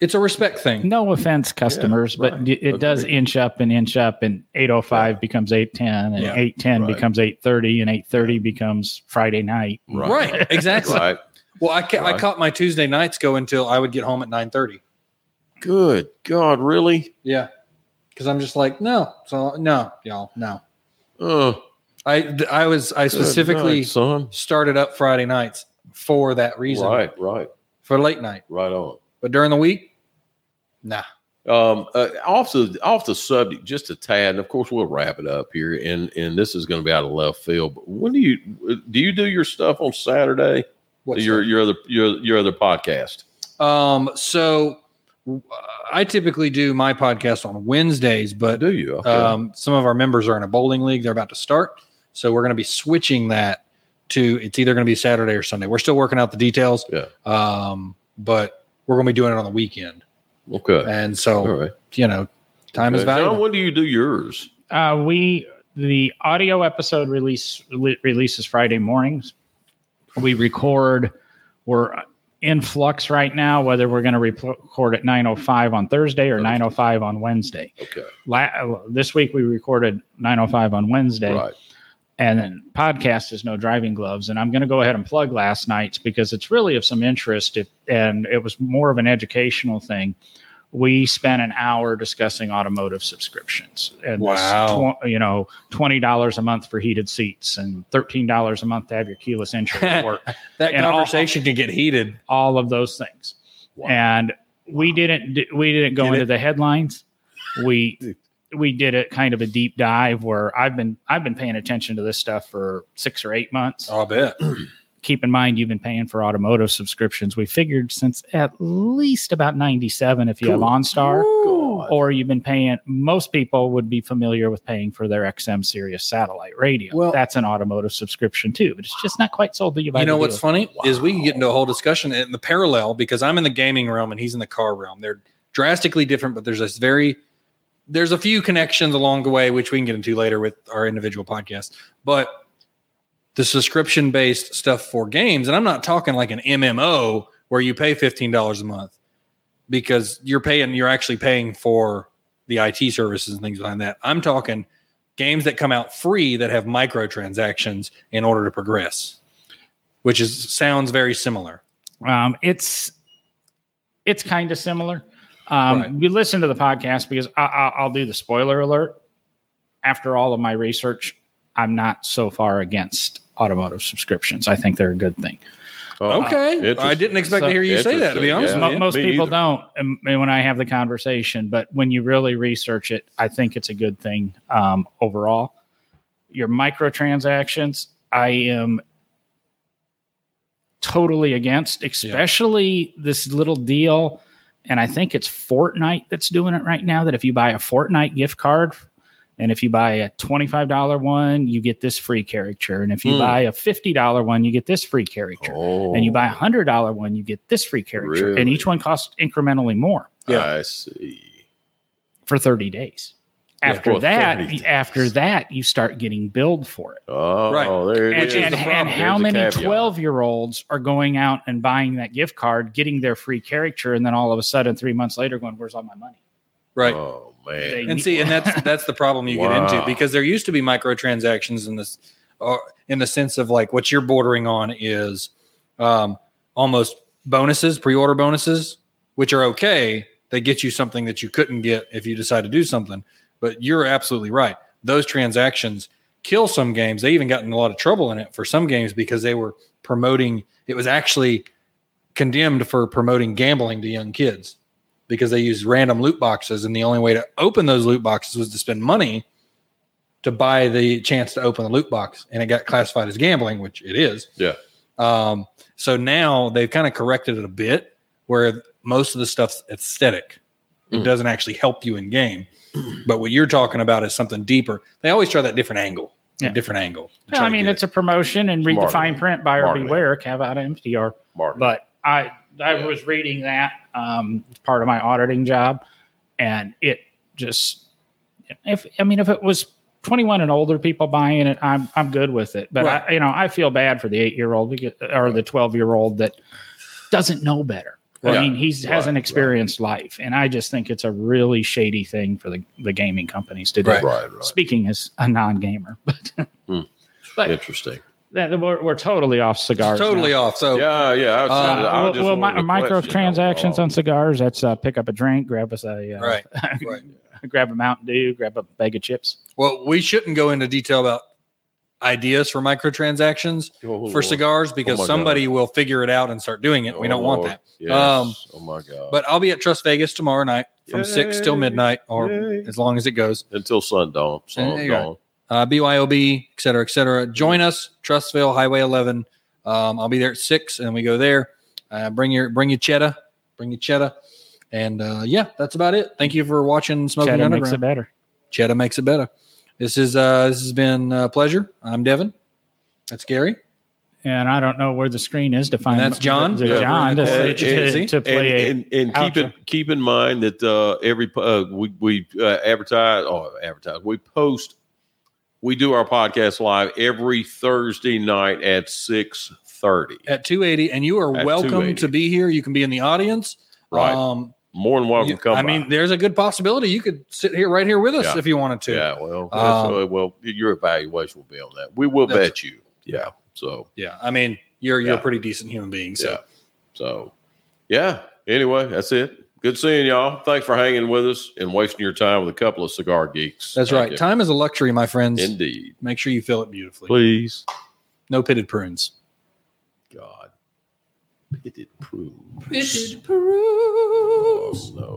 A: it's a respect thing.
D: no offense customers but
B: right.
D: it does
B: Agreed.
D: inch up and inch up and 805
B: Yeah.
D: becomes 810 and
A: Yeah.
D: 810
B: Right.
D: becomes 830 and 830 becomes friday night
B: Right.
A: Right, exactly.
B: Right.
A: Well, I, ca- I
B: Right.
A: caught my Tuesday nights go until I would get home at nine thirty.
B: Good God, really?
A: Yeah, because I'm just like, no, so no, y'all, no.
B: Uh,
A: I th- I was I
B: good
A: specifically
B: night, son.
A: started up Friday nights for that reason
B: Right. Right.
A: for late night,
B: Right on.
A: but during the week, nah.
B: Um, uh, off the off the subject, just a tad, and of course we'll wrap it up here. And and this is going to be out of left field. But when do you do you do your stuff on Saturday?
A: What's
B: your your other your your other podcast.
A: um? So uh, I typically do my podcast on Wednesdays, but
B: Do you? Okay.
A: Uh, Um, some of our members are in a bowling league. They're about to start. So we're going to be switching that to it's either going to be Saturday or Sunday. We're still working out the details.
B: Yeah.
A: Um, but we're going to be doing it on the weekend.
B: okay.
A: And so,
B: All right.
A: you know, time is
B: Okay. John,
A: valuable.
B: when do you do yours?
D: uh, we the audio episode release re- releases friday mornings we record we're in flux right now whether we're going to record at 905 on thursday or
B: Okay.
D: 905 on wednesday
B: Okay.
D: La- this week we recorded 905 on wednesday
B: Right.
D: and then podcast is no driving gloves and i'm going to go ahead and plug last night's because it's really of some interest if, and it was more of an educational thing we spent an hour discussing automotive subscriptions and this
A: Wow.
D: tw- you know $20 a month for heated seats and $13 a month to have your keyless entry at work
A: That
D: and all-
A: conversation can get heated.
D: all of those things
B: Wow.
D: and we didn't d- we didn't go
A: Did
D: into
A: it?
D: the headlines we we did a kind of a deep dive where i've been i've been paying attention to this stuff for six or eight months
A: I'll bet.
D: keep in mind you've been paying for automotive subscriptions. We figured since at least about 97 if you have
B: Cool.
D: OnStar
B: God.
D: or you've been paying most people would be familiar with paying for their XM Sirius satellite radio.
A: Well-
D: That's an automotive subscription too, but it's just not quite sold to you by
A: You know
D: the
A: what's
D: dealer.
A: funny is we can get into a whole discussion in the parallel because I'm in the gaming realm and he's in the car realm. They're drastically different, but there's this very there's a few connections along the way which we can get into later with our individual podcast. But the subscription based stuff for games, and I'm not talking like an MMO where you pay fifteen dollars a month because you're paying you're actually paying for the IT services and things behind that. I'm talking games that come out free that have microtransactions in order to progress which is sounds very similar.
D: Um, it's it's kind of similar. Um,
A: Right.
D: We listen to the podcast because I, I, I'll do the spoiler alert. After all of my research, I'm not so far against automotive subscriptions. I think they're a good thing.
B: Oh,
A: okay, I
B: interesting.
A: didn't expect to hear you say that. To be
B: Interesting,
A: honest,
B: yeah.
D: Mo- most
B: me
D: people
B: either.
D: don't um, when I have the conversation, but when you really research it, I think it's a good thing um, overall. Your microtransactions, I am totally against, especially this little deal. And I think it's Fortnite that's doing it right now that if you buy a Fortnite gift card, and if you buy a $25 one, you get this free character. And if you
B: Hmm.
D: buy a $50 one, you get this free character
B: Oh,
D: and you buy a hundred dollar one, you get this free character, and
B: Really?
D: each one costs incrementally more
B: I see.
D: for thirty days.
A: Yeah.
D: After
B: Well,
D: that,
B: 30 days.
D: after that, you start getting billed for it.
B: Oh,
A: Right.
B: there it
D: And,
B: is.
D: and,
A: the problem.
D: and how
B: There's a
D: many
B: caveat.
D: twelve year olds are going out and buying that gift card, getting their free character, and then all of a sudden, three months later, going, "Where's all my money?"
A: right?
B: Oh man.
D: They-
A: and see, and that's that's the problem you get
B: Wow.
A: into because there used to be microtransactions in this, uh, in the sense of like what you're bordering on is um, almost bonuses, pre-order bonuses, which are okay. They get you something that you couldn't get if you decide to do something. But you're absolutely right. Those transactions kill some games. They even got in a lot of trouble in it for some games because they were promoting. It was actually condemned for promoting gambling to young kids because they used random loot boxes, and the only way to open those loot boxes was to spend money to buy the chance to open the loot box, and it got classified as gambling, which it is.
B: Yeah.
A: Um, so now they've kind of corrected it a bit, where most of the stuff's aesthetic. It
B: Mm.
A: doesn't actually help you in game, but what you're talking about is something deeper. They always try that different angle,
D: Yeah.
A: a different angle. to
D: Yeah,
A: try
D: I
A: to
D: mean,
A: get
D: it's a promotion and read the
B: Marketing.
D: fine print, buyer
B: Marketing.
D: beware, caveat emptor.
B: Martin.
D: But I I was reading that um, it's part of my auditing job, and it just if I mean if it was 21 and older people buying it, I'm I'm good with it. But I,
A: Right.
D: you know I feel bad for the eight year old or the 12 year old that doesn't know better.
B: Yeah.
D: I mean, he's
B: Right,
D: hasn't
B: right.
D: experienced life, and I just think it's a really shady thing for the, the gaming companies to do.
A: Right.
B: right, right.
D: Speaking as a non gamer, but But-
B: Interesting.
D: that, we're, we're totally off cigars. now.
A: totally off. So
B: Yeah, yeah. I was,
A: Uh,
B: I
D: Uh,
B: just
D: well, well, mi-
B: wanted to question that.
D: microtransactions on cigars. That's uh, pick up a drink, grab us a uh,
A: right, right.
D: grab a Mountain Dew, grab a bag of chips.
A: Well, we shouldn't go into detail about ideas for microtransactions
B: Oh,
A: for
B: Lord.
A: cigars because
B: my God. Oh,
A: somebody will figure it out and start doing it. We don't want
B: Lord.
A: that.
B: Yes.
A: Um,
B: oh my god.
A: But I'll be at Trust Vegas tomorrow night from six till
B: Yay.
A: midnight or
B: Yay.
A: as long as it goes.
B: until sundown.
A: there you
B: Sundown.
A: uh, BYOB, et cetera, et cetera. Join us, Trustville Highway 11. Um, I'll be there at six, and we go there. Uh, bring your bring your cheddar, bring your cheddar, and uh, yeah, that's about it. Thank you for watching Smoking
D: Cheddar makes
A: Underground.
D: it better.
A: cheddar makes it better. This is uh, this has been a pleasure. I'm Devin. That's Gary.
D: And I don't know where the screen is to find.
A: that's John?
D: the- the
B: Yeah.
D: John to,
B: Yeah.
D: to-
B: Yeah.
D: to- to
B: And,
D: play.
B: and, and keep
D: outro.
B: it keep in mind that uh, every uh, we we uh, advertise or advertise we post we do our podcast live every Thursday night at six thirty.
A: At 280, and you are
B: At
A: welcome
B: 280.
A: to be here. You can be in the audience.
B: Right,
A: Um,
B: more than welcome.
A: you-
B: to come.
A: I
B: by.
A: mean, there's a good possibility you could sit here right here with us
B: Yeah.
A: if you wanted to.
B: yeah. Well,
A: Um,
B: that's- well, your evaluation will be on that. We will
A: That's-
B: bet you. Yeah. So
A: Yeah. I mean, you're you're
B: Yeah.
A: a pretty decent human being. So
B: Yeah. So, yeah. Anyway, that's it. Good seeing y'all. Thanks for hanging with us and wasting your time with a couple of cigar geeks.
A: that's
B: Thank
A: right.
B: you.
A: Time is a luxury, my friends.
B: Indeed.
A: Make sure you fill it beautifully.
B: Please.
A: No pitted prunes.
B: God. Pitted prunes.
A: Pitted prunes.
B: Oh, no.